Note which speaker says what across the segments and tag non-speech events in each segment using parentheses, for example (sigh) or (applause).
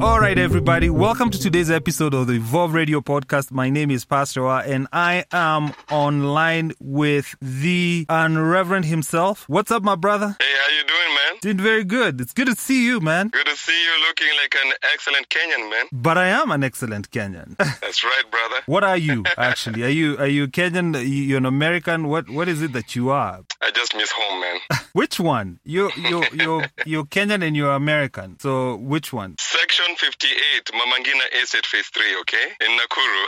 Speaker 1: All right, everybody, welcome to today's episode of the Evolve Radio Podcast. My name is Pastor Wa, and I am online with the Unreverend himself. What's up, my brother?
Speaker 2: Hey, how you doing, man?
Speaker 1: Doing very good. It's good to see you, man.
Speaker 2: Good to see you looking like an excellent Kenyan, man.
Speaker 1: But I am an excellent Kenyan. (laughs)
Speaker 2: That's right, brother.
Speaker 1: what are you actually? Are you are you Kenyan? You're an American. What what is it that you are?
Speaker 2: I just miss home, man.
Speaker 1: (laughs) Which one? You you you you're Kenyan and you're American. So which one?
Speaker 2: Section 58, Mamangina Estate Phase 3, okay? In Nakuru.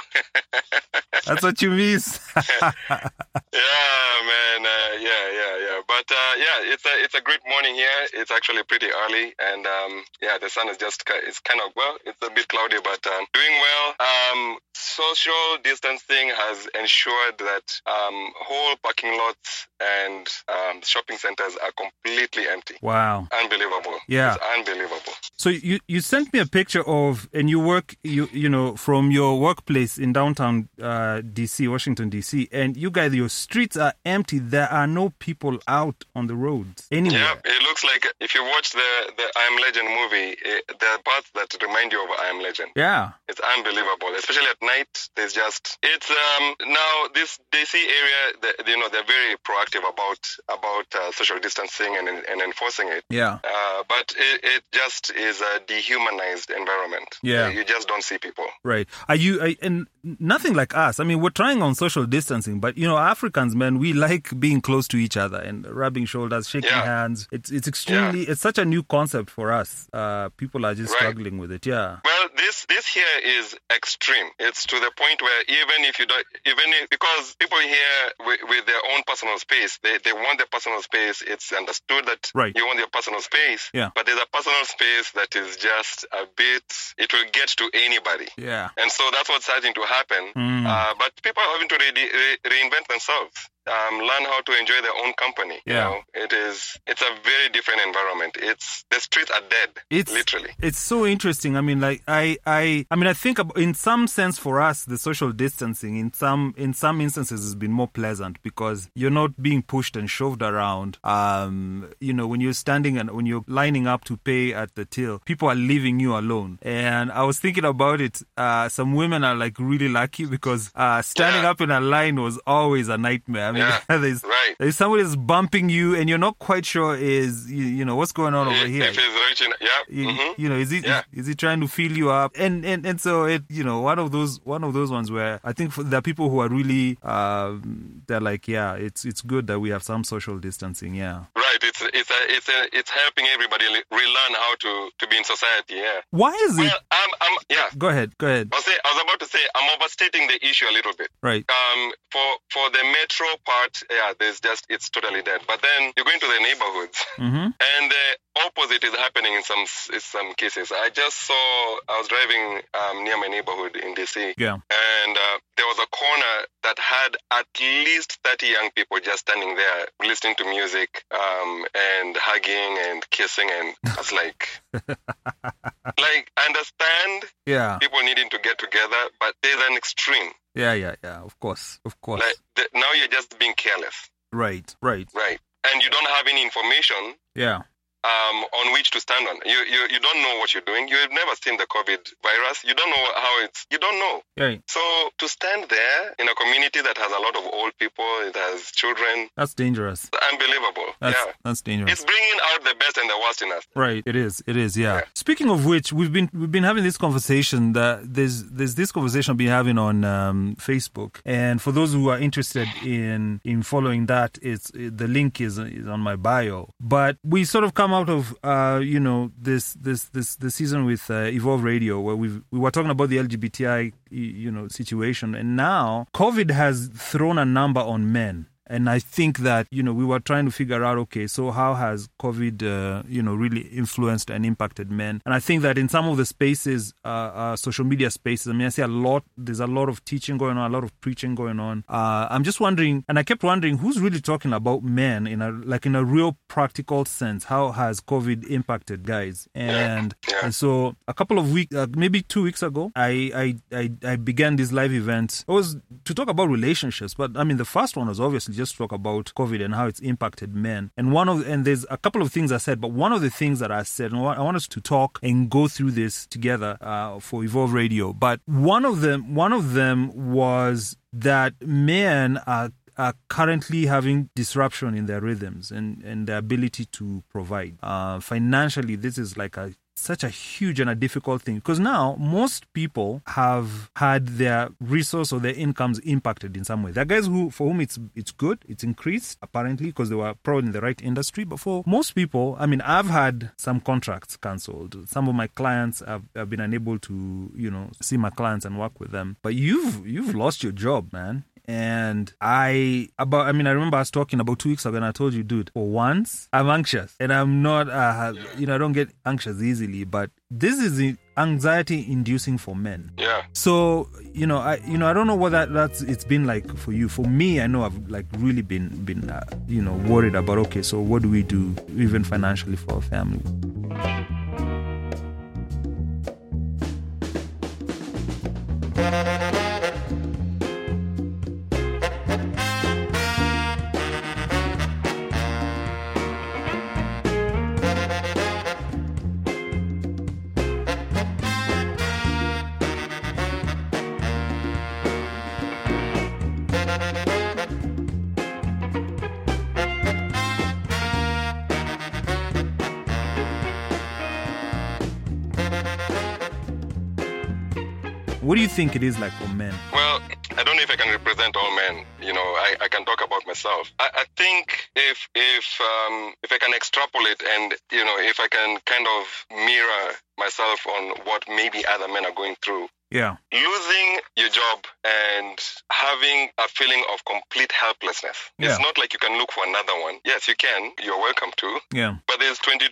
Speaker 2: (laughs)
Speaker 1: That's what you miss.
Speaker 2: yeah, man. Uh, yeah, yeah, yeah. But uh, yeah, it's a it's a great morning here. It's actually pretty early, and um, yeah, the sun is just ki- it's kind of well, it's a bit cloudy, but um, doing well. Um, social distancing has ensured that um, whole parking lots and um, shopping centers are completely empty.
Speaker 1: (laughs) wow.
Speaker 2: Unbelievable.
Speaker 1: Yeah.
Speaker 2: It's unbelievable.
Speaker 1: So you you sent me a picture of and you work you you know from your workplace in downtown uh, DC, Washington DC, and you guys your streets are empty. There are no people out on the roads anywhere.
Speaker 2: Yeah, it looks like if you watch the, the I Am Legend movie, it, there are parts that remind you of I Am Legend.
Speaker 1: Yeah.
Speaker 2: It's unbelievable, especially at night. There's just it's um now this DC area. The, you know they're very proactive about about uh, social distancing and and enforcing it.
Speaker 1: Yeah.
Speaker 2: Uh, but it, it just is a dehumanized environment.
Speaker 1: Yeah.
Speaker 2: you just don't see people.
Speaker 1: Right. Are you are, and nothing like us? I mean, we're trying on social distancing, but you know, Africans, man, we like being close to each other and rubbing shoulders, shaking
Speaker 2: Yeah.
Speaker 1: hands. It's it's extremely it's such a new concept for us. Uh, people are just
Speaker 2: Right.
Speaker 1: struggling with it. Yeah.
Speaker 2: Well, this this here is extreme. It's to the point where even if you don't, even if, because people here with, with their own personal space, they, they want their personal space. It's understood that
Speaker 1: Right.
Speaker 2: you want your personal space.
Speaker 1: Yeah.
Speaker 2: But there's a personal space that is just a bit. It will get to anybody.
Speaker 1: Yeah.
Speaker 2: And so that's what's starting to happen.
Speaker 1: Mm.
Speaker 2: Uh, but people are having to re- re- reinvent themselves, um, learn how to enjoy their own company.
Speaker 1: Yeah.
Speaker 2: You know, it is. It's a very different environment. It's the streets are dead.
Speaker 1: It's-
Speaker 2: literally.
Speaker 1: it's so interesting i mean like i i i mean i think ab- in some sense for us the social distancing in some in some instances has been more pleasant because you're not being pushed and shoved around um you know when you're standing and when you're lining up to pay at the till people are leaving you alone and i was thinking about it uh some women are like really lucky because uh standing
Speaker 2: Yeah.
Speaker 1: up in a line was always a nightmare i mean
Speaker 2: Yeah.
Speaker 1: (laughs) there's
Speaker 2: Right.
Speaker 1: there's somebody that's bumping you and you're not quite sure is you, you know what's going on over here
Speaker 2: If he's reaching,
Speaker 1: you,
Speaker 2: yeah. hmm
Speaker 1: you know is he is-
Speaker 2: Yeah.
Speaker 1: is, he trying to fill you up and, and and so it you know one of those one of those ones where i think for, there are people who are really um they're like yeah it's it's good that we have some social distancing yeah
Speaker 2: Right. It's it's a, it's a, it's helping everybody le- relearn how to to be in society. Yeah.
Speaker 1: why is it
Speaker 2: Well, I'm, I'm yeah.
Speaker 1: go ahead go ahead
Speaker 2: I was, say, I was about to say I'm overstating the issue a little bit.
Speaker 1: right
Speaker 2: Um, for for the metro part, yeah, there's just it's totally dead. But then you go into the neighborhoods,
Speaker 1: mm-hmm.
Speaker 2: and the opposite is happening in some s- in some cases. I just saw I was driving um, near my neighborhood in DC,
Speaker 1: yeah
Speaker 2: and uh, there was a corner that had at least 30 young people just standing there listening to music um, and hugging and kissing and it's like
Speaker 1: (laughs)
Speaker 2: like understand
Speaker 1: yeah
Speaker 2: people needing to get together but there's an extreme
Speaker 1: yeah yeah yeah of course of course
Speaker 2: like th- now you're just being careless
Speaker 1: right right
Speaker 2: right and you don't have any information
Speaker 1: yeah
Speaker 2: um, on which to stand on you, you you don't know what you're doing you've never seen the covid virus you don't know how it's you don't know
Speaker 1: yeah
Speaker 2: so to stand there in a community that has a lot of old people, it has children,
Speaker 1: that's dangerous
Speaker 2: it's unbelievable.
Speaker 1: that's
Speaker 2: yeah.
Speaker 1: that's dangerous
Speaker 2: It's bringing out the best and the worst in us.
Speaker 1: Right, it is. It is. Yeah.
Speaker 2: Yeah.
Speaker 1: Speaking of which, we've been we've been having this conversation that there's there's this conversation I've been having on um, Facebook, and for those who are interested in in following that, it's it, the link is is on my bio. But we sort of come out of uh, you know this this this this season with uh, Evolve Radio where we we were talking about the LGBTI you know situation, and now COVID has thrown a number on men. And I think that you know we were trying to figure out okay, so how has COVID uh, you know really influenced and impacted men? And I think that in some of the spaces, uh, uh, social media spaces, I mean, I see a lot. There's a lot of teaching going on, a lot of preaching going on. Uh, I'm just wondering, and I kept wondering who's really talking about men in a like in a real practical sense. How has COVID impacted guys? And
Speaker 2: Yeah.
Speaker 1: and so a couple of weeks, uh, maybe two weeks ago, I I, I I began this live event. It was to talk about relationships, but I mean the first one was obviously just just talk about COVID and how it's impacted men. And one of and there's a couple of things I said, but one of the things that I said, and I want us to talk and go through this together uh, for Evolve Radio. But one of them, one of them was that men are are currently having disruption in their rhythms and, and their ability to provide. Uh, financially, this is like a such a huge and a difficult thing because now most people have had their resource or their incomes impacted in some way. There are guys who, for whom it's it's good, it's increased apparently because they were probably in the right industry. But for most people, I mean, I've had some contracts cancelled. Some of my clients have, have been unable to, you know, see my clients and work with them. But you've you've lost your job, man. And I about I mean I remember I was talking about two weeks ago and I told you, dude, for once I'm anxious and I'm not uh, you know I don't get anxious easily, but this is anxiety inducing for men.
Speaker 2: Yeah.
Speaker 1: So you know I you know I don't know what that that's it's been like for you. For me, I know I've like really been been uh, you know worried about okay, so what do we do even financially for our family? What do you think it is like for men?
Speaker 2: Well, I don't know if I can represent all men. You know, I, I can talk about myself. I, I think if if um, if I can extrapolate and you know if I can kind of mirror myself on what maybe other men are going through,
Speaker 1: Yeah.
Speaker 2: losing your job and having a feeling of complete helplessness.
Speaker 1: Yeah.
Speaker 2: It's not like you can look for another one. Yes, you can. You're welcome to.
Speaker 1: Yeah.
Speaker 2: But there's 22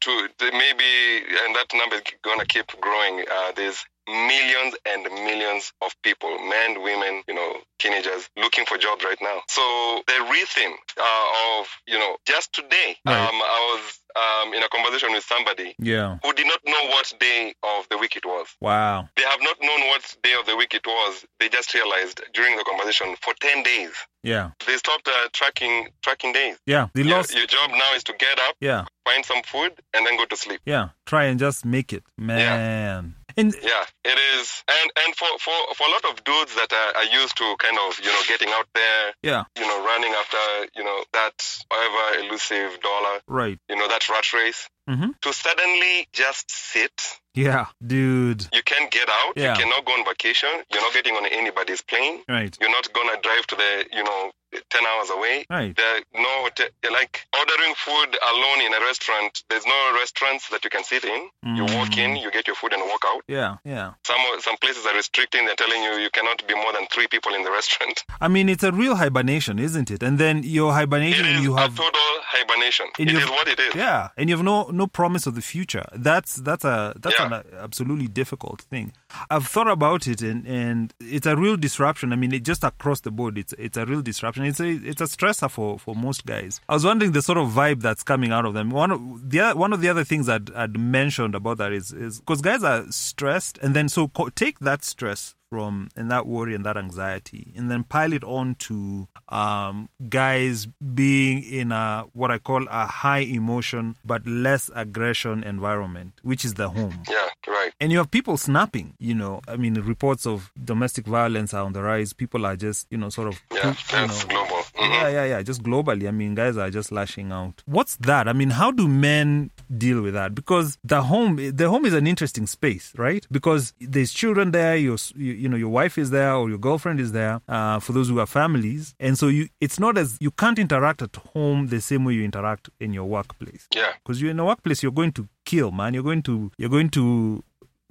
Speaker 2: to there maybe, and that number is gonna keep growing. Uh, there's millions and millions of people, men, women, you know, teenagers looking for jobs right now. So the rhythm uh, of, you know, just today,
Speaker 1: Right.
Speaker 2: um, I was um, in a conversation with somebody
Speaker 1: Yeah.
Speaker 2: who did not know what day of the week it was.
Speaker 1: Wow.
Speaker 2: They have not known what day of the week it was. They just realized during the conversation for 10 days.
Speaker 1: Yeah.
Speaker 2: They stopped uh, tracking tracking days.
Speaker 1: Yeah. They
Speaker 2: Your-
Speaker 1: lost.
Speaker 2: Your, job now is to get up,
Speaker 1: Yeah.
Speaker 2: find some food, and then go to sleep.
Speaker 1: Yeah. Try and just make it, man. And
Speaker 2: Yeah, it is. And and for, for, for a lot of dudes that are, are used to kind of, you know, getting out there,
Speaker 1: yeah.
Speaker 2: you know, running after, you know, that however elusive dollar,
Speaker 1: Right.
Speaker 2: you know, that rat race,
Speaker 1: Mm-hmm.
Speaker 2: to suddenly just sit.
Speaker 1: Yeah, dude.
Speaker 2: You can't get out.
Speaker 1: Yeah.
Speaker 2: You cannot go on vacation. You're not getting on anybody's plane.
Speaker 1: Right.
Speaker 2: you're not gonna drive to the you know 10 hours away
Speaker 1: Right.
Speaker 2: there are no hotel, like ordering food alone in a restaurant there's no restaurants that you can sit in you walk in you get your food and walk out
Speaker 1: Mm. Yeah. Yeah.
Speaker 2: some some places are restricting they're telling you you cannot be more than three people in the
Speaker 1: (laughs)
Speaker 2: restaurant
Speaker 1: I mean, it's a real hibernation, isn't it? And then your hibernation,
Speaker 2: it is
Speaker 1: you
Speaker 2: a
Speaker 1: have
Speaker 2: total hibernation It
Speaker 1: In
Speaker 2: is
Speaker 1: your-
Speaker 2: what it is
Speaker 1: yeah, and you have no no promise of the future. That's that's a that's
Speaker 2: Yeah.
Speaker 1: an absolutely difficult thing. I've thought about it, and and it's a real disruption. I mean, it just across the board, it's it's a real disruption. It's a it's a stressor for for most guys. I was wondering the sort of vibe that's coming out of them. One of the other- one of the other things I'd, I'd mentioned about that is is because guys are stressed, and then so co- take that stress from and that worry and that anxiety and then pile it on to um, guys being in a what i call a high emotion but less aggression environment which is the home
Speaker 2: yeah right
Speaker 1: and you have people snapping you know i mean reports of domestic violence are on the rise people are just you know sort of
Speaker 2: yeah
Speaker 1: you
Speaker 2: that's
Speaker 1: know,
Speaker 2: global Mhm.
Speaker 1: yeah, yeah, yeah. Just globally, I mean, guys are just lashing out. What's that? I mean, how do men deal with that? Because the home, the home is an interesting space, right? Because there's children there. Your, you, you know, your wife is there or your girlfriend is there. Uh, for those who have families, and so you, it's not as you can't interact at home the same way you interact in your workplace.
Speaker 2: yeah
Speaker 1: Because you're in a workplace, you're going to kill, man. You're going to, you're going to,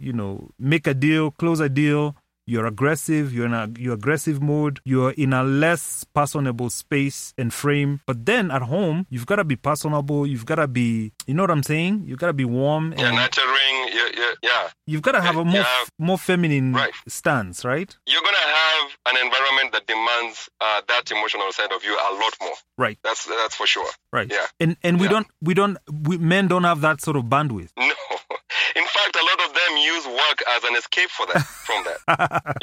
Speaker 1: you know, make a deal, close a deal. You're aggressive. You're in a you're aggressive mode. You're in a less personable space and frame. But then at home, you've got to be personable. You've got to be, you know what I'm saying? You've got to be warm,
Speaker 2: yeah
Speaker 1: and
Speaker 2: nurturing yeah, yeah, yeah.
Speaker 1: you've got to have a more
Speaker 2: Yeah.
Speaker 1: more feminine
Speaker 2: Right.
Speaker 1: stance, right?
Speaker 2: you're gonna have an environment that demands uh, that emotional side of you a lot more
Speaker 1: Right,
Speaker 2: that's that's for sure
Speaker 1: right.
Speaker 2: Yeah.
Speaker 1: And and we
Speaker 2: Yeah.
Speaker 1: don't we don't we, men don't have that sort of bandwidth.
Speaker 2: No. (laughs) In fact, a lot of them use work as an escape for that, from that.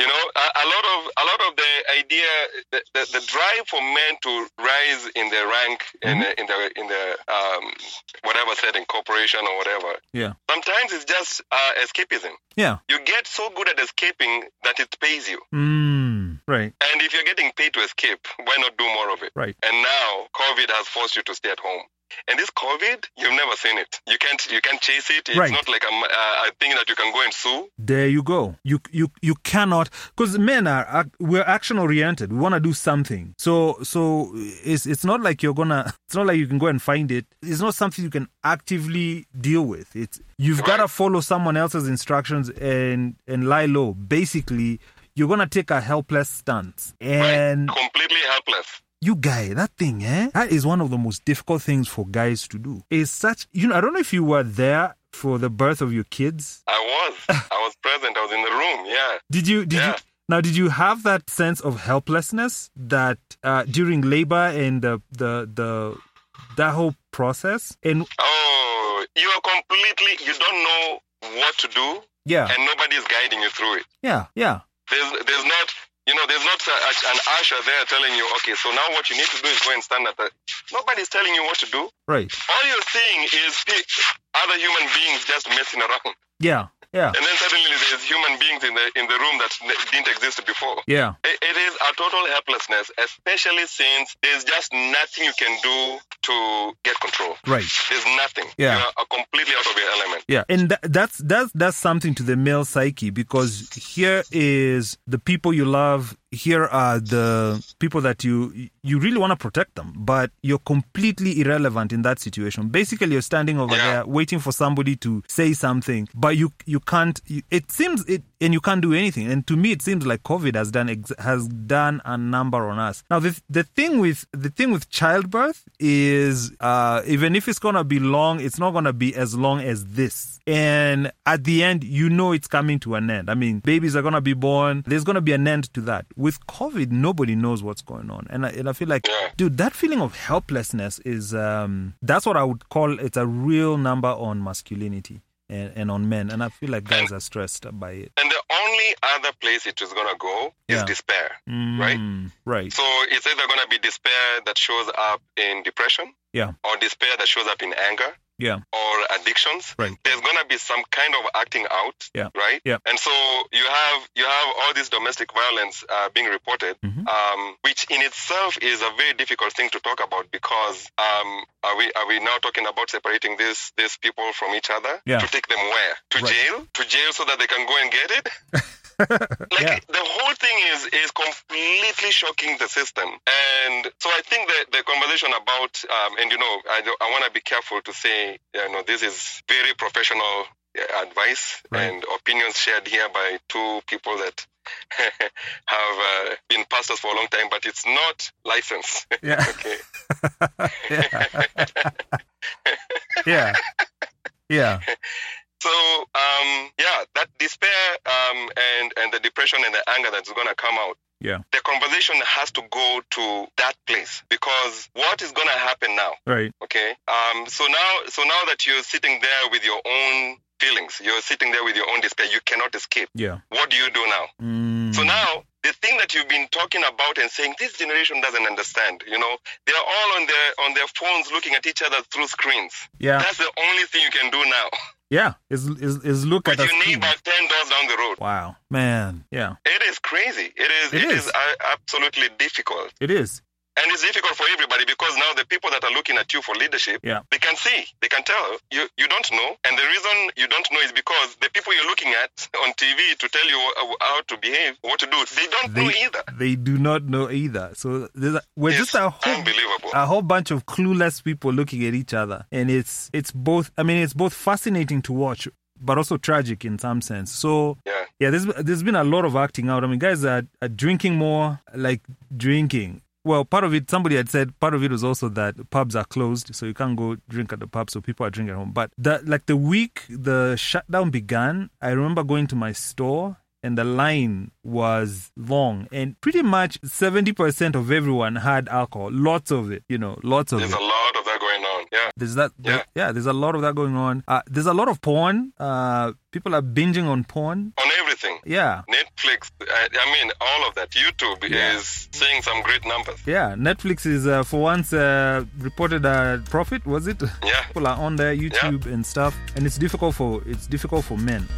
Speaker 2: you know, a, a lot of a lot of the idea, the, the, the drive for men to rise in the rank in, the- in the in the um, whatever setting, corporation or whatever.
Speaker 1: Yeah.
Speaker 2: Sometimes it's just uh, escapism.
Speaker 1: Yeah.
Speaker 2: You get so good at escaping that it pays you.
Speaker 1: Mm. Right.
Speaker 2: And if you're getting paid to escape, why not do more of it?
Speaker 1: Right.
Speaker 2: And now COVID has forced you to stay at home. And this COVID, you've never seen it. You can't you can't chase it. It's
Speaker 1: Right.
Speaker 2: not like a, m- uh, a thing that you can go and sue.
Speaker 1: There you go. You you you cannot because men are ac- we're action oriented. We want to do something. So so it's it's not like you're gonna. (laughs) It's not like you can go and find it. It's not something you can actively deal with. It's you've got to
Speaker 2: Right.
Speaker 1: follow someone else's instructions and and lie low. Basically, you're gonna take a helpless stance and.
Speaker 2: right? Completely helpless.
Speaker 1: you guy that thing eh that is one of the most difficult things for guys to do is such you know i don't know if you were there for the birth of your kids
Speaker 2: I was. I was present. I was in the room. Yeah.
Speaker 1: did you did you
Speaker 2: Yeah.
Speaker 1: now did you have that sense of helplessness that uh, during labor and the the the that whole process and
Speaker 2: Oh, you are completely. You don't know what to do,
Speaker 1: yeah
Speaker 2: and nobody is guiding you through it.
Speaker 1: yeah yeah
Speaker 2: There's there's not. You know, there's not a, a- an usher there telling you, okay, so now what you need to do is go and stand at the. Nobody's telling you what to do.
Speaker 1: right
Speaker 2: all you're seeing is pe- other human beings just messing around,
Speaker 1: yeah yeah
Speaker 2: and then suddenly there's human beings in the in the room that n- didn't exist before.
Speaker 1: yeah
Speaker 2: It, it is a total helplessness, especially since there's just nothing you can do to get control.
Speaker 1: right
Speaker 2: There's nothing.
Speaker 1: Yeah.
Speaker 2: You are completely out of your element.
Speaker 1: Yeah, and tha that's that's that's something to the male psyche because here is the people you love. Here are the people that you you really want to protect them, but you're completely irrelevant in that situation. Basically, you're standing over
Speaker 2: Yeah.
Speaker 1: there waiting for somebody to say something, but you you can't. You, it seems it, and you can't do anything. And to me, it seems like COVID has done ex- has done a number on us. Now, the the thing with the thing with childbirth is uh, even if it's gonna be long, it's not gonna be as long as this. And at the end, you know it's coming to an end. I mean, babies are gonna be born. There's gonna be an end to that. With COVID, nobody knows what's going on, and I, and I feel like,
Speaker 2: Yeah.
Speaker 1: dude, that feeling of helplessness is um, that's what I would call it's a real number on masculinity. And, and on men, and I feel like guys are stressed by it.
Speaker 2: And the only other place it is gonna go is
Speaker 1: Yeah.
Speaker 2: despair.
Speaker 1: Mm, Right.
Speaker 2: So it's either gonna be despair that shows up in depression,
Speaker 1: Yeah.
Speaker 2: or despair that shows up in anger,
Speaker 1: Yeah.
Speaker 2: or addictions.
Speaker 1: Right.
Speaker 2: there's gonna be some kind of acting out,
Speaker 1: Yeah.
Speaker 2: right?
Speaker 1: Yeah.
Speaker 2: And so you have you have all this domestic violence uh, being reported,
Speaker 1: Mhm.
Speaker 2: um, which in itself is a very difficult thing to talk about because um, are we are we now talking about separating these these people from each other
Speaker 1: Yeah.
Speaker 2: to take them where to
Speaker 1: Right.
Speaker 2: jail to jail so that they can go and get it? (laughs) like
Speaker 1: Yeah.
Speaker 2: the whole thing is is completely shocking the system and so i think that the conversation about um, and you know i, don't- I want to be careful to say you know this is very professional uh, advice
Speaker 1: Right.
Speaker 2: and opinions shared here by two people that (laughs) have uh, been pastors for a long time but it's not licensed
Speaker 1: Yeah.
Speaker 2: okay
Speaker 1: yeah. yeah. Yeah.
Speaker 2: So um, yeah, that despair um, and and the depression and the anger that's gonna come out.
Speaker 1: Yeah.
Speaker 2: The conversation has to go to that place because what is gonna happen now?
Speaker 1: Right.
Speaker 2: Okay. Um, so now so now that you're sitting there with your own feelings, you're sitting there with your own despair. You cannot escape.
Speaker 1: Yeah.
Speaker 2: What do you do now?
Speaker 1: Mm.
Speaker 2: So now the thing that you've been talking about and saying this generation doesn't understand. You know, they're all on their on their phones looking at each other through screens.
Speaker 1: Yeah.
Speaker 2: That's the only thing you can do now.
Speaker 1: Yeah. Is is is look at
Speaker 2: But
Speaker 1: us.
Speaker 2: your neighbor ten doors down the road.
Speaker 1: Wow. Man. Yeah.
Speaker 2: It is crazy. It is.
Speaker 1: It
Speaker 2: It, it
Speaker 1: is.
Speaker 2: is, uh, absolutely difficult,
Speaker 1: It is.
Speaker 2: and it's difficult for everybody because now the people that are looking at you for leadership,
Speaker 1: Yeah.
Speaker 2: they can see, they can tell you. You don't know, and the reason you don't know is because the people you're looking at on TV to tell you uh, how to behave, what to do, they don't know
Speaker 1: They-
Speaker 2: either.
Speaker 1: They do not know either. So there's a, we're
Speaker 2: It's
Speaker 1: just a whole Uh,
Speaker 2: unbelievable.
Speaker 1: a whole bunch of clueless people looking at each other, and it's it's both. I mean, it's both fascinating to watch, but also tragic in some sense. So
Speaker 2: yeah.
Speaker 1: Yeah, there's there's been a lot of acting out. I mean, guys are, are drinking more, like drinking. Well, part of it, somebody had said, part of it was also that pubs are closed, so you can't go drink at the pub, so people are drinking at home. But the, like the week the shutdown began, I remember going to my store and the line was long, and pretty much 70% of everyone had alcohol, lots of it, you know, lots of
Speaker 2: There's
Speaker 1: it.
Speaker 2: a lot of that going on. Yeah.
Speaker 1: There's that.
Speaker 2: Yeah.
Speaker 1: yeah. There's a lot of that going on. Uh, there's a lot of porn. Uh, people are binging on porn.
Speaker 2: On everything.
Speaker 1: Yeah.
Speaker 2: Netflix, I, I mean, all of that. YouTube
Speaker 1: Yeah.
Speaker 2: is seeing some great numbers.
Speaker 1: Yeah, Netflix is uh, for once uh, reported a profit, was it?
Speaker 2: Yeah.
Speaker 1: (laughs) People are on there, YouTube and stuff, and it's difficult for it's difficult for men.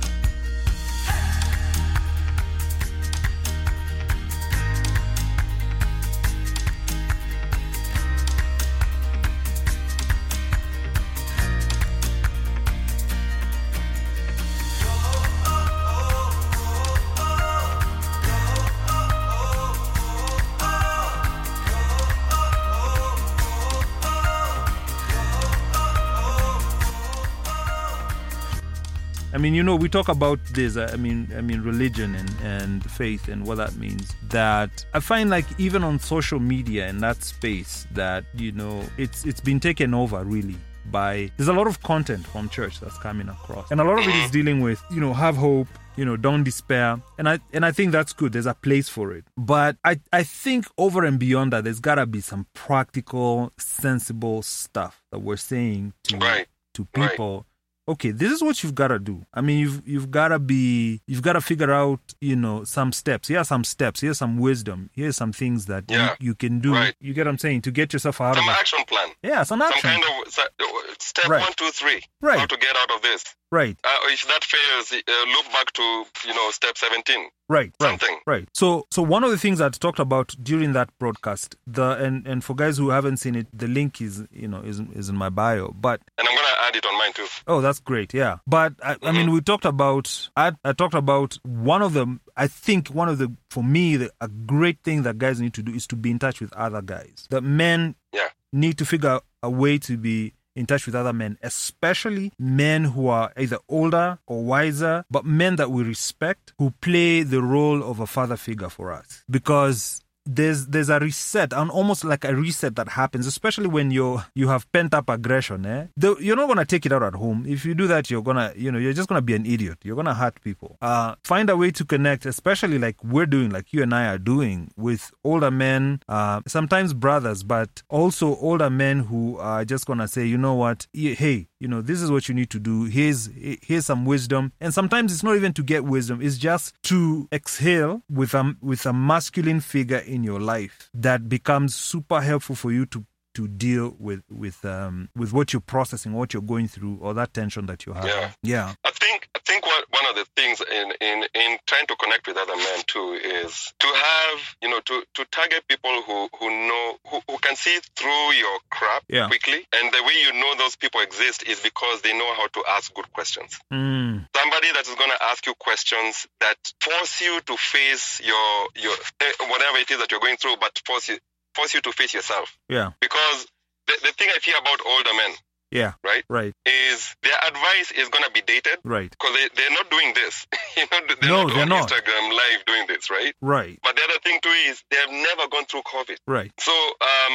Speaker 1: I mean, you know, we talk about this. uh, I mean, I mean, religion and, and faith and what that means. That I find like even on social media in that space, that you know, it's it's been taken over really by. There's a lot of content from church that's coming across, and a lot of it is dealing with you know, have hope, you know, don't despair, and I and I think that's good. There's a place for it, but I I think over and beyond that, there's gotta be some practical, sensible stuff that we're saying to
Speaker 2: Right.
Speaker 1: to
Speaker 2: Right.
Speaker 1: people okay this is what you've got to do i mean you've you've got to be you've got to figure out you know some steps here are some steps here's some wisdom here's some things that
Speaker 2: Yeah.
Speaker 1: you, you can do
Speaker 2: Right.
Speaker 1: you get what i'm saying to get yourself out
Speaker 2: Some
Speaker 1: of it
Speaker 2: action plan.
Speaker 1: yeah some
Speaker 2: Some
Speaker 1: action
Speaker 2: kind of uh, step
Speaker 1: Right.
Speaker 2: one, two, three. How
Speaker 1: right
Speaker 2: to get out of this.
Speaker 1: right
Speaker 2: Uh, if that fails, uh, look back to, you know, step 17.
Speaker 1: right right
Speaker 2: Something.
Speaker 1: Right. So, so one of the things that talked about during that broadcast, the and and for guys who haven't seen it, the link is you know is is in my bio. But
Speaker 2: And I'm going to add it on mine too.
Speaker 1: Oh, that's great. Yeah. But I, I mean, we talked about, I, I talked about one of the, I think one of the, for me, the, a great thing that guys need to do is to be in touch with other guys. That men
Speaker 2: Yeah.
Speaker 1: need to figure out a way to be in touch with other men, especially men who are either older or wiser, but men that we respect who play the role of a father figure for us. Because there's there's a reset and almost like a reset that happens especially when you you have pent up aggression eh Though you're not going to take it out at home if you do that you're going to you know you're just going to be an idiot you're going to hurt people uh find a way to connect especially like we're doing like you and I are doing with older men uh sometimes brothers but also older men who are just going to say you know what Y- hey you know this is what you need to do here's here's some wisdom and sometimes it's not even to get wisdom it's just to exhale with a with a masculine figure in your life that becomes super helpful for you to to deal with with um with what you're processing what you're going through or that tension that you have
Speaker 2: Yeah.
Speaker 1: yeah
Speaker 2: I think I think what, one of the things in, in, in trying to connect with other men too is to have you know to, to target people who, who know who, who can see through your crap
Speaker 1: Yeah.
Speaker 2: quickly and the way you know those people exist is because they know how to ask good questions.
Speaker 1: Mm.
Speaker 2: Somebody that is going to ask you questions that force you to face your your eh, whatever it is that you're going through, but force you force you to face yourself
Speaker 1: yeah
Speaker 2: because the, the thing I fear about older men
Speaker 1: yeah
Speaker 2: Right.
Speaker 1: right
Speaker 2: is their advice is going to be dated
Speaker 1: right
Speaker 2: because they, they're not doing this. (laughs) you know, they're
Speaker 1: No,
Speaker 2: not
Speaker 1: they're
Speaker 2: on
Speaker 1: not.
Speaker 2: Instagram live doing this, right?
Speaker 1: right
Speaker 2: But the other thing too is they have never gone through COVID.
Speaker 1: right
Speaker 2: So um,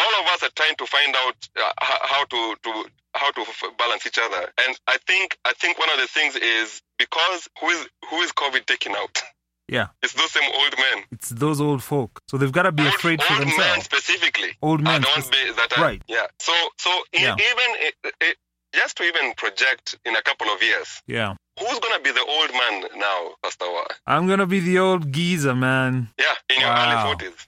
Speaker 2: all of us are trying to find out uh, h- how to, to how to f- balance each other. And I think I think one of the things is because who is who is COVID taking out?
Speaker 1: yeah
Speaker 2: It's those same old men.
Speaker 1: it's those old folk so they've got to be
Speaker 2: Old-
Speaker 1: afraid for
Speaker 2: old men
Speaker 1: themselves
Speaker 2: specifically
Speaker 1: old
Speaker 2: are
Speaker 1: men
Speaker 2: the ones be- that are,
Speaker 1: right.
Speaker 2: Yeah. So so e-
Speaker 1: Yeah.
Speaker 2: even it, it, just to even project in a couple of years,
Speaker 1: yeah
Speaker 2: who's gonna be the old man now, Pastor? Wa?
Speaker 1: i'm gonna be the old geezer man
Speaker 2: Yeah, in your
Speaker 1: Wow.
Speaker 2: early forties,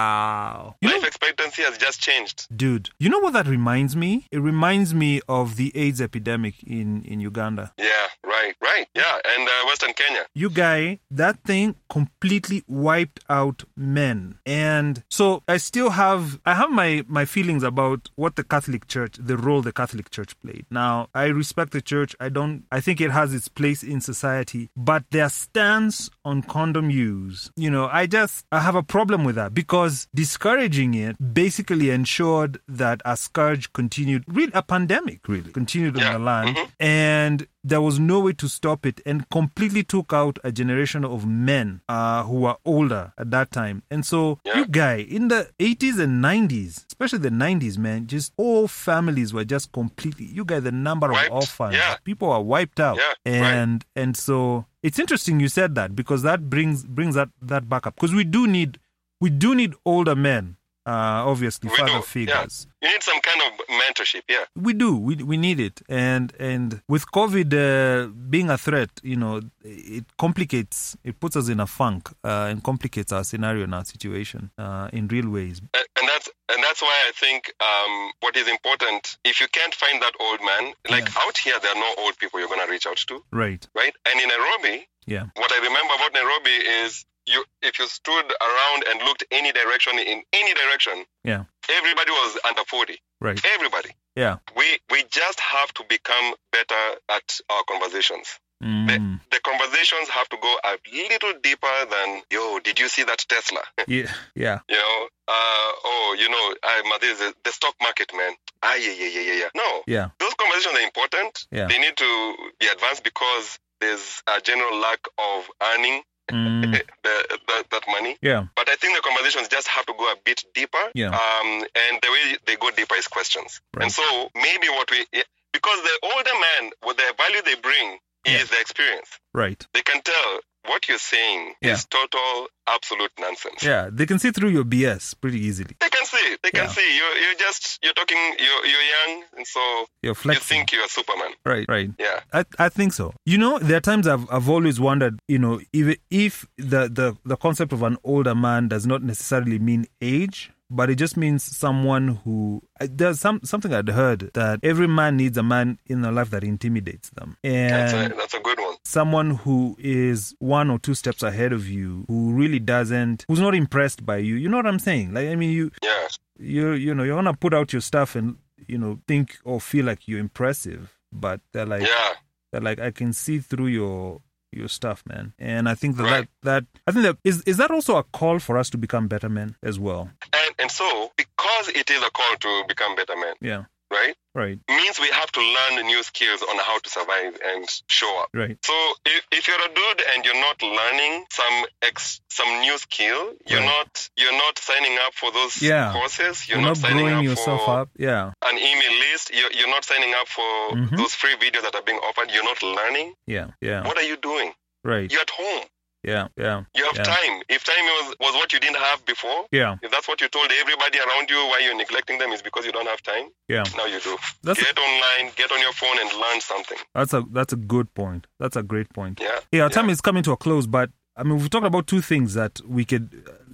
Speaker 1: wow You know-
Speaker 2: life expectancy has just changed.
Speaker 1: Dude, you know what that reminds me? It reminds me of the AIDS epidemic in, in Uganda.
Speaker 2: Yeah, right, right. Yeah, and uh, Western Kenya.
Speaker 1: You guy, that thing completely wiped out men. And so I still have I have my my feelings about what the Catholic Church, the role the Catholic Church played. Now, I respect the church. I don't I think it has its place in society, but their stance on condom use, you know, I just I have a problem with that because discouraging it basically ensured that a scourge continued, really a pandemic really continued on
Speaker 2: Yeah.
Speaker 1: the land,
Speaker 2: Mm-hmm.
Speaker 1: and there was no way to stop it, and completely took out a generation of men uh, who were older at that time. And so,
Speaker 2: Yeah.
Speaker 1: you guy in the 80s and 90s, especially the 90s, man, just all families were just completely. You guys, the number
Speaker 2: Wiped.
Speaker 1: of orphans,
Speaker 2: Yeah.
Speaker 1: people are wiped out,
Speaker 2: Yeah, right.
Speaker 1: and and so it's interesting you said that because that brings brings that that back up because we do need we do need older men uh, obviously
Speaker 2: We
Speaker 1: father
Speaker 2: do,
Speaker 1: figures.
Speaker 2: You need some kind of mentorship. Yeah.
Speaker 1: We do. We we need it, and and with COVID uh, being a threat, you know, it complicates. It puts us in a funk uh, and complicates our scenario and our situation uh, in real ways.
Speaker 2: A- and that's and that's why I think um, what is important if you can't find that old man like out here there are no old people you're gonna reach out to
Speaker 1: Right.
Speaker 2: right and in Nairobi
Speaker 1: Yeah.
Speaker 2: what I remember about Nairobi is you if you stood around and looked any direction in any direction
Speaker 1: Yeah.
Speaker 2: everybody was under 40
Speaker 1: Right.
Speaker 2: everybody
Speaker 1: Yeah.
Speaker 2: we we just have to become better at our conversations
Speaker 1: Mm.
Speaker 2: the conversations have to go a little deeper than yo did you see that Tesla
Speaker 1: Yeah. Yeah.
Speaker 2: you know, uh, oh, you know, I'm this the stock market, man. Ah, yeah, yeah, yeah, yeah, yeah. No,
Speaker 1: Yeah.
Speaker 2: those conversations are important.
Speaker 1: Yeah.
Speaker 2: They need to be advanced because there's a general lack of earning
Speaker 1: Mm.
Speaker 2: eh, the, that, that money.
Speaker 1: Yeah.
Speaker 2: But I think the conversations just have to go a bit deeper.
Speaker 1: Yeah.
Speaker 2: Um, and the way they go deeper is questions.
Speaker 1: Right.
Speaker 2: And so maybe what we, eh, because the older man, with the value they bring is
Speaker 1: Yeah.
Speaker 2: the experience.
Speaker 1: Right.
Speaker 2: They can tell what you're saying
Speaker 1: Yeah.
Speaker 2: is total, absolute nonsense.
Speaker 1: Yeah. They can see through your BS pretty easily.
Speaker 2: They can see. They can
Speaker 1: Yeah.
Speaker 2: see. You you just you're talking. You're you're young, and so
Speaker 1: You're
Speaker 2: you
Speaker 1: flexing.
Speaker 2: think you're Superman.
Speaker 1: Right. Right.
Speaker 2: Yeah.
Speaker 1: I, I think so. You know, there are times I've I've always wondered, you know, if if the, the, the concept of an older man does not necessarily mean age, but it just means someone who uh, there's some something I'd heard that every man needs a man in their life that intimidates them.
Speaker 2: That's
Speaker 1: And
Speaker 2: a that's a good one.
Speaker 1: someone who is one or two steps ahead of you, who really doesn't who's not impressed by you. You know what I'm saying? Like I mean you
Speaker 2: Yeah.
Speaker 1: you you know, you're gonna put out your stuff and, you know, think or feel like you're impressive. But they're like
Speaker 2: Yeah.
Speaker 1: that like I can see through your your stuff, man. And I think that
Speaker 2: Right.
Speaker 1: that, that I think that is is that also a call for us to become better men as well.
Speaker 2: And and so because it is a call to become better men,
Speaker 1: Yeah.
Speaker 2: right?
Speaker 1: Right.
Speaker 2: Means we have to learn new skills on how to survive and show up.
Speaker 1: Right.
Speaker 2: So if, if you're a dude and you're not learning some ex some new skill, you're
Speaker 1: Right.
Speaker 2: not you're not signing up for those
Speaker 1: Yeah.
Speaker 2: courses. You're,
Speaker 1: You're, not,
Speaker 2: signing
Speaker 1: growing
Speaker 2: up
Speaker 1: yourself
Speaker 2: for
Speaker 1: up. Yeah.
Speaker 2: an email list. You're, you're not signing up for
Speaker 1: Mhm.
Speaker 2: those free videos that are being offered. You're not learning.
Speaker 1: Yeah. Yeah.
Speaker 2: What are you doing?
Speaker 1: Right.
Speaker 2: You're at home.
Speaker 1: Yeah. Yeah.
Speaker 2: You have
Speaker 1: Yeah.
Speaker 2: time. If time was, was what you didn't have before,
Speaker 1: Yeah.
Speaker 2: if that's what you told everybody around you why you're neglecting them is because you don't have time,
Speaker 1: Yeah.
Speaker 2: now you do.
Speaker 1: That's
Speaker 2: get online, get on your phone and learn something.
Speaker 1: that's a that's a good point. That's a great point.
Speaker 2: Yeah.
Speaker 1: Yeah, our time is coming to a close, but I mean, we've talked about two things that we could,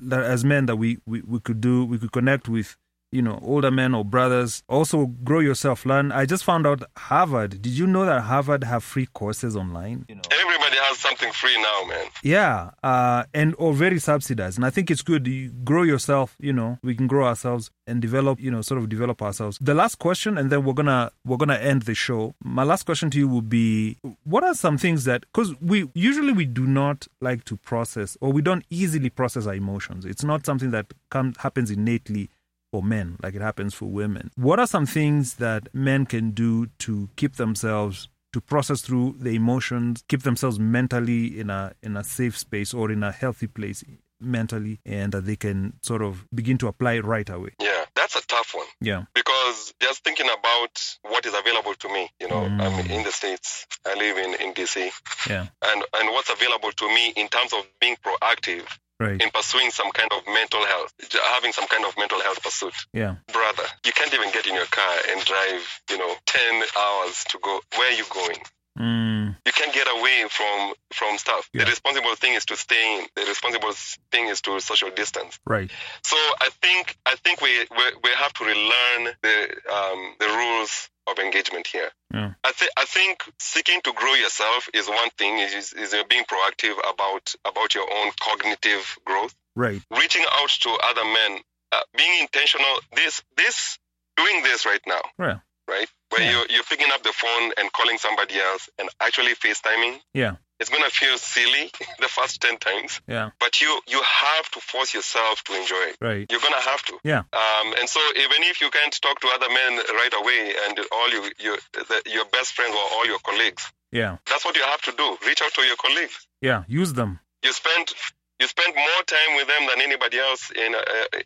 Speaker 1: that as men, that we, we, we could do. We could connect with, you know, older men or brothers. Also, grow yourself, learn. I just found out Harvard. Did you know that Harvard have free courses online? You know.
Speaker 2: Everybody has something free now, man.
Speaker 1: Yeah, uh, and or very subsidized. And I think it's good. You grow yourself. You know, we can grow ourselves and develop. You know, sort of develop ourselves. The last question, and then we're gonna we're gonna end the show. My last question to you would be: What are some things that because we usually we do not like to process, or we don't easily process our emotions. It's not something that comes happens innately for men, like it happens for women. What are some things that men can do to keep themselves to process through the emotions, keep themselves mentally in a in a safe space or in a healthy place mentally, and that they can sort of begin to apply right away?
Speaker 2: Yeah. That's a tough one.
Speaker 1: Yeah,
Speaker 2: because just thinking about what is available to me, you know,
Speaker 1: Mm.
Speaker 2: I'm in the States, I live in, in DC,
Speaker 1: Yeah.
Speaker 2: and, and what's available to me in terms of being proactive
Speaker 1: right.
Speaker 2: in pursuing some kind of mental health, j- having some kind of mental health pursuit.
Speaker 1: Yeah,
Speaker 2: Brother, you can't even get in your car and drive, you know, 10 hours to go. Where are you going?
Speaker 1: mm,
Speaker 2: You can't get away from, from stuff.
Speaker 1: Yeah.
Speaker 2: The responsible thing is to stay in. The responsible s- thing is to social distance.
Speaker 1: right.
Speaker 2: So I think I think we we, we have to relearn the um, the rules of engagement here.
Speaker 1: Yeah.
Speaker 2: I think I think seeking to grow yourself is one thing. Is is you're being proactive about about your own cognitive growth,
Speaker 1: Right.
Speaker 2: reaching out to other men, uh, being intentional. This this doing this right now.
Speaker 1: Yeah.
Speaker 2: Right. Where
Speaker 1: Yeah.
Speaker 2: you you're picking up the phone and calling somebody else and actually FaceTiming.
Speaker 1: Yeah.
Speaker 2: It's gonna feel silly (laughs) the first ten times,
Speaker 1: Yeah.
Speaker 2: but you you have to force yourself to enjoy it
Speaker 1: Right.
Speaker 2: you're gonna have to.
Speaker 1: Yeah.
Speaker 2: Um, and so even if you can't talk to other men right away, and all you, you the, your best friends or all your colleagues,
Speaker 1: Yeah.
Speaker 2: that's what you have to do. Reach out to your colleagues.
Speaker 1: Yeah. Use them.
Speaker 2: You spend you spend more time with them than anybody else in uh,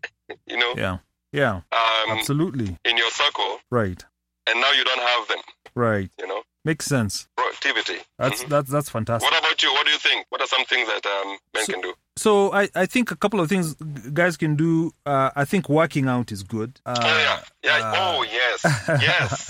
Speaker 2: you know
Speaker 1: Yeah. Yeah.
Speaker 2: um,
Speaker 1: Absolutely.
Speaker 2: in your circle,
Speaker 1: Right.
Speaker 2: and now you don't have them.
Speaker 1: Right.
Speaker 2: You know,
Speaker 1: Makes sense.
Speaker 2: productivity.
Speaker 1: That's
Speaker 2: Mhm.
Speaker 1: that's that's fantastic.
Speaker 2: What about you? What do you think? What are some things that um, men
Speaker 1: So-
Speaker 2: can do?
Speaker 1: So I, I think a couple of things guys can do. Uh, I think working out is good. Uh,
Speaker 2: oh yeah, yeah.
Speaker 1: uh,
Speaker 2: oh yes,
Speaker 1: (laughs)
Speaker 2: yes,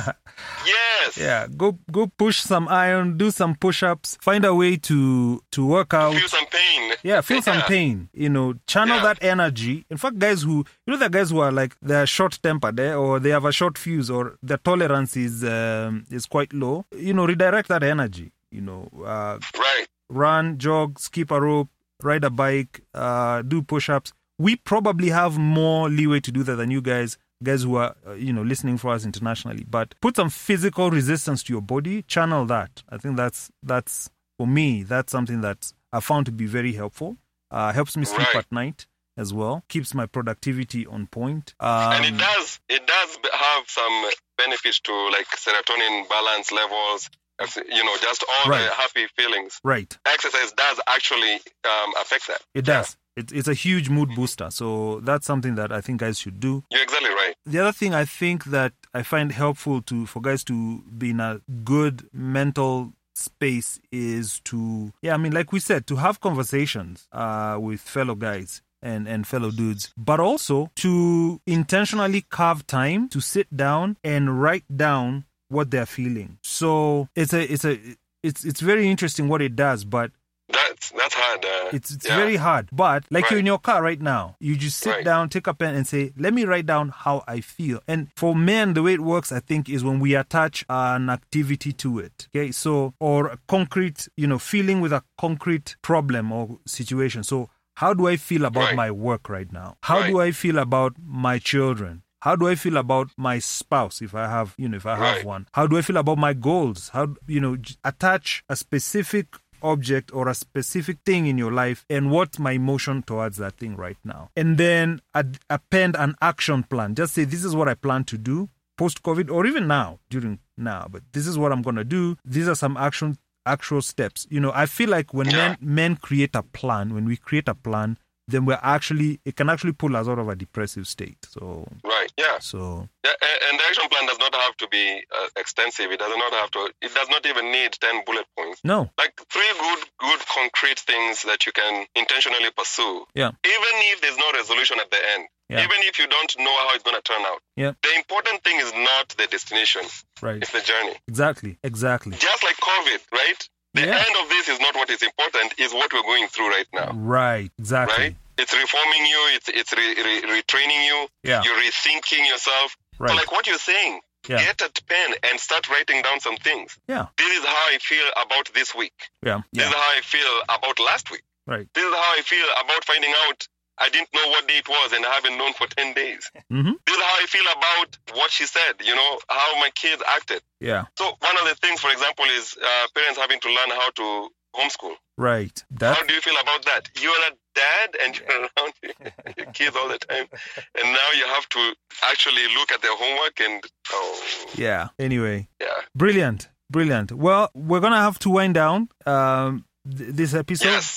Speaker 2: yes.
Speaker 1: yeah. Go go push some iron, do some push-ups, find a way to to work out.
Speaker 2: Feel some pain.
Speaker 1: Yeah, feel some pain. You know, channel
Speaker 2: Yeah.
Speaker 1: that energy. In fact, guys who you know the guys who are like they're short tempered eh, or they have a short fuse or their tolerance is um, is quite low. You know, redirect that energy. You know, uh,
Speaker 2: Right.
Speaker 1: run, jog, skip a rope, ride a bike, uh, do push-ups. We probably have more leeway to do that than you guys, guys who are uh, you know listening for us internationally. But put some physical resistance to your body, channel that. I think that's that's for me. That's something that I found to be very helpful. Uh, helps me sleep
Speaker 2: Right.
Speaker 1: at night as well. Keeps my productivity on point. Um,
Speaker 2: and it does it does b- have some benefits to like serotonin balance levels as- you know just all
Speaker 1: Right.
Speaker 2: the happy feelings
Speaker 1: right.
Speaker 2: exercise does actually um, affect that
Speaker 1: It does. It, it's a huge mood booster. So that's something that I think guys should do.
Speaker 2: you're exactly right
Speaker 1: the other thing I think that I find helpful to for guys to be in a good mental space is to yeah I mean like we said to have conversations uh, with fellow guys and and fellow dudes but also to intentionally carve time to sit down and write down what they're feeling so it's a it's a it's it's very interesting what it does but
Speaker 2: that's that's hard uh,
Speaker 1: it's it's
Speaker 2: yeah.
Speaker 1: very hard. But like you're
Speaker 2: Right.
Speaker 1: in your car right now, you just sit
Speaker 2: Right.
Speaker 1: down, take a pen, and say, "Let me write down how I feel." And for men, the way it works, I think, is when we attach an activity to it. Okay, so or a concrete, you know, feeling with a concrete problem or situation. So how do I feel about
Speaker 2: Right.
Speaker 1: my work right now? How do I feel about my children? How do I feel about my spouse if I have, you know, if I have
Speaker 2: Right.
Speaker 1: one? How do I feel about my goals? How, you know, j- attach a specific object or a specific thing in your life and what's my emotion towards that thing right now? And then ad- append an action plan. Just say, this is what I plan to do post COVID or even now, during now, but this is what I'm going to do. These are some action actual steps you know i feel like when men
Speaker 2: Yeah.
Speaker 1: men create a plan when we create a plan then we're actually it can actually pull us out of a depressive state so
Speaker 2: right yeah.
Speaker 1: so
Speaker 2: yeah a- and the action plan does not have to be uh, extensive it does not have to it does not even need 10 bullet points
Speaker 1: no
Speaker 2: like three good good concrete things that you can intentionally pursue
Speaker 1: yeah
Speaker 2: even if there's no resolution at the end
Speaker 1: Yeah.
Speaker 2: even if you don't know how it's going to turn out
Speaker 1: yeah
Speaker 2: The important thing is not the destination,
Speaker 1: right
Speaker 2: it's the journey.
Speaker 1: exactly exactly
Speaker 2: Just like COVID, right? The
Speaker 1: Yeah.
Speaker 2: end of this is not what is important, is what we're going through right now,
Speaker 1: right exactly
Speaker 2: right? It's reforming you, it's, it's re, re, retraining you,
Speaker 1: Yeah.
Speaker 2: you're rethinking yourself.
Speaker 1: Right.
Speaker 2: So, like what you're saying,
Speaker 1: Yeah.
Speaker 2: get a pen and start writing down some things.
Speaker 1: yeah
Speaker 2: This is how I feel about this week.
Speaker 1: yeah
Speaker 2: This
Speaker 1: yeah
Speaker 2: is how I feel about last week.
Speaker 1: right
Speaker 2: This is how I feel about finding out I didn't know what day it was and I haven't known for 10 days.
Speaker 1: mm-hmm.
Speaker 2: This is how I feel about what she said, you know, how my kids acted.
Speaker 1: yeah
Speaker 2: So one of the things, for example, is uh, parents having to learn how to homeschool.
Speaker 1: right
Speaker 2: how
Speaker 1: that
Speaker 2: do you feel about that? You're a dad and you're around (laughs) your, your kids all the time, and now you have to actually look at their homework and oh
Speaker 1: yeah anyway
Speaker 2: yeah
Speaker 1: brilliant brilliant well we're gonna have to wind down um th- this episode
Speaker 2: yes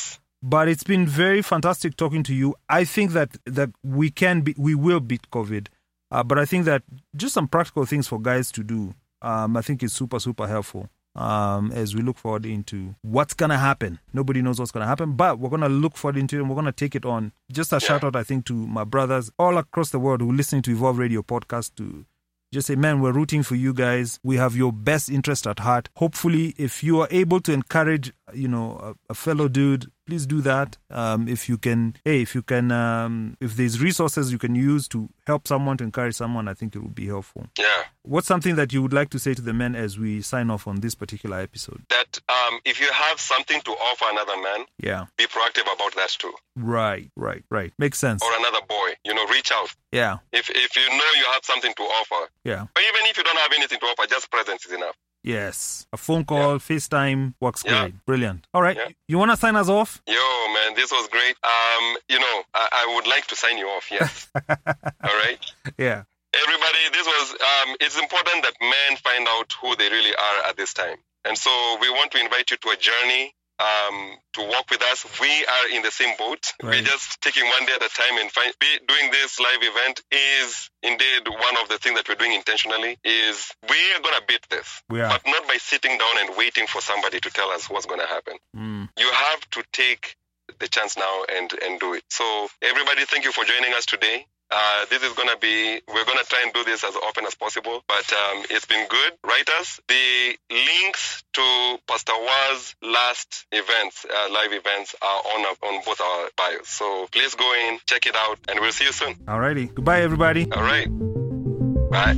Speaker 1: but it's been very fantastic talking to you. I think that that we can be, we will beat COVID, uh, but I think that just some practical things for guys to do. Um, I think is super super helpful um, as we look forward into what's gonna happen. Nobody knows what's gonna happen, but we're gonna look forward into it and we're gonna take it on. Just a shout out, I think, to my brothers all across the world who are listening to Evolve Radio podcast to just say, man, we're rooting for you guys. We have your best interest at heart. Hopefully, if you are able to encourage, you know, a, a fellow dude, please do that. Um, if you can, hey, if you can, um, if there's resources you can use to help someone, to encourage someone, I think it would be helpful.
Speaker 2: yeah
Speaker 1: What's something that you would like to say to the men as we sign off on this particular episode?
Speaker 2: that um, if you have something to offer another man,
Speaker 1: Yeah,
Speaker 2: be proactive about that too,
Speaker 1: right, right, right. Makes sense.
Speaker 2: or another boy. You know, reach out
Speaker 1: Yeah,
Speaker 2: if if you know you have something to offer,
Speaker 1: yeah,
Speaker 2: or even if you don't have anything to offer, just presence is enough.
Speaker 1: yes. A phone call, FaceTime works
Speaker 2: Yeah.
Speaker 1: great. Brilliant. All right,
Speaker 2: Yeah.
Speaker 1: you want to sign us off?
Speaker 2: Yo, man, this was great. Um, you know, I, I would like to sign you off. Yes. All right,
Speaker 1: Yeah,
Speaker 2: everybody. This was. Um, it's important that men find out who they really are at this time, and so we want to invite you to a journey. Um, to walk with us, we are in the same boat.
Speaker 1: Right.
Speaker 2: We're just taking one day at a time and find. We, doing this live event is indeed one of the things that we're doing intentionally. Is we are gonna beat this,
Speaker 1: we are.
Speaker 2: but not by sitting down and waiting for somebody to tell us what's gonna happen
Speaker 1: Mm,
Speaker 2: you have to take the chance now and and do it. So everybody, thank you for joining us today. Uh, this is going to be, we're going to try and do this as open as possible, but um, it's been good. Write us the links to Pastor Wa's last events, uh, live events, are on, on both our bios. So please go in, check it out, and we'll see you soon.
Speaker 1: Alrighty. Goodbye, everybody.
Speaker 2: All right.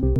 Speaker 2: Bye.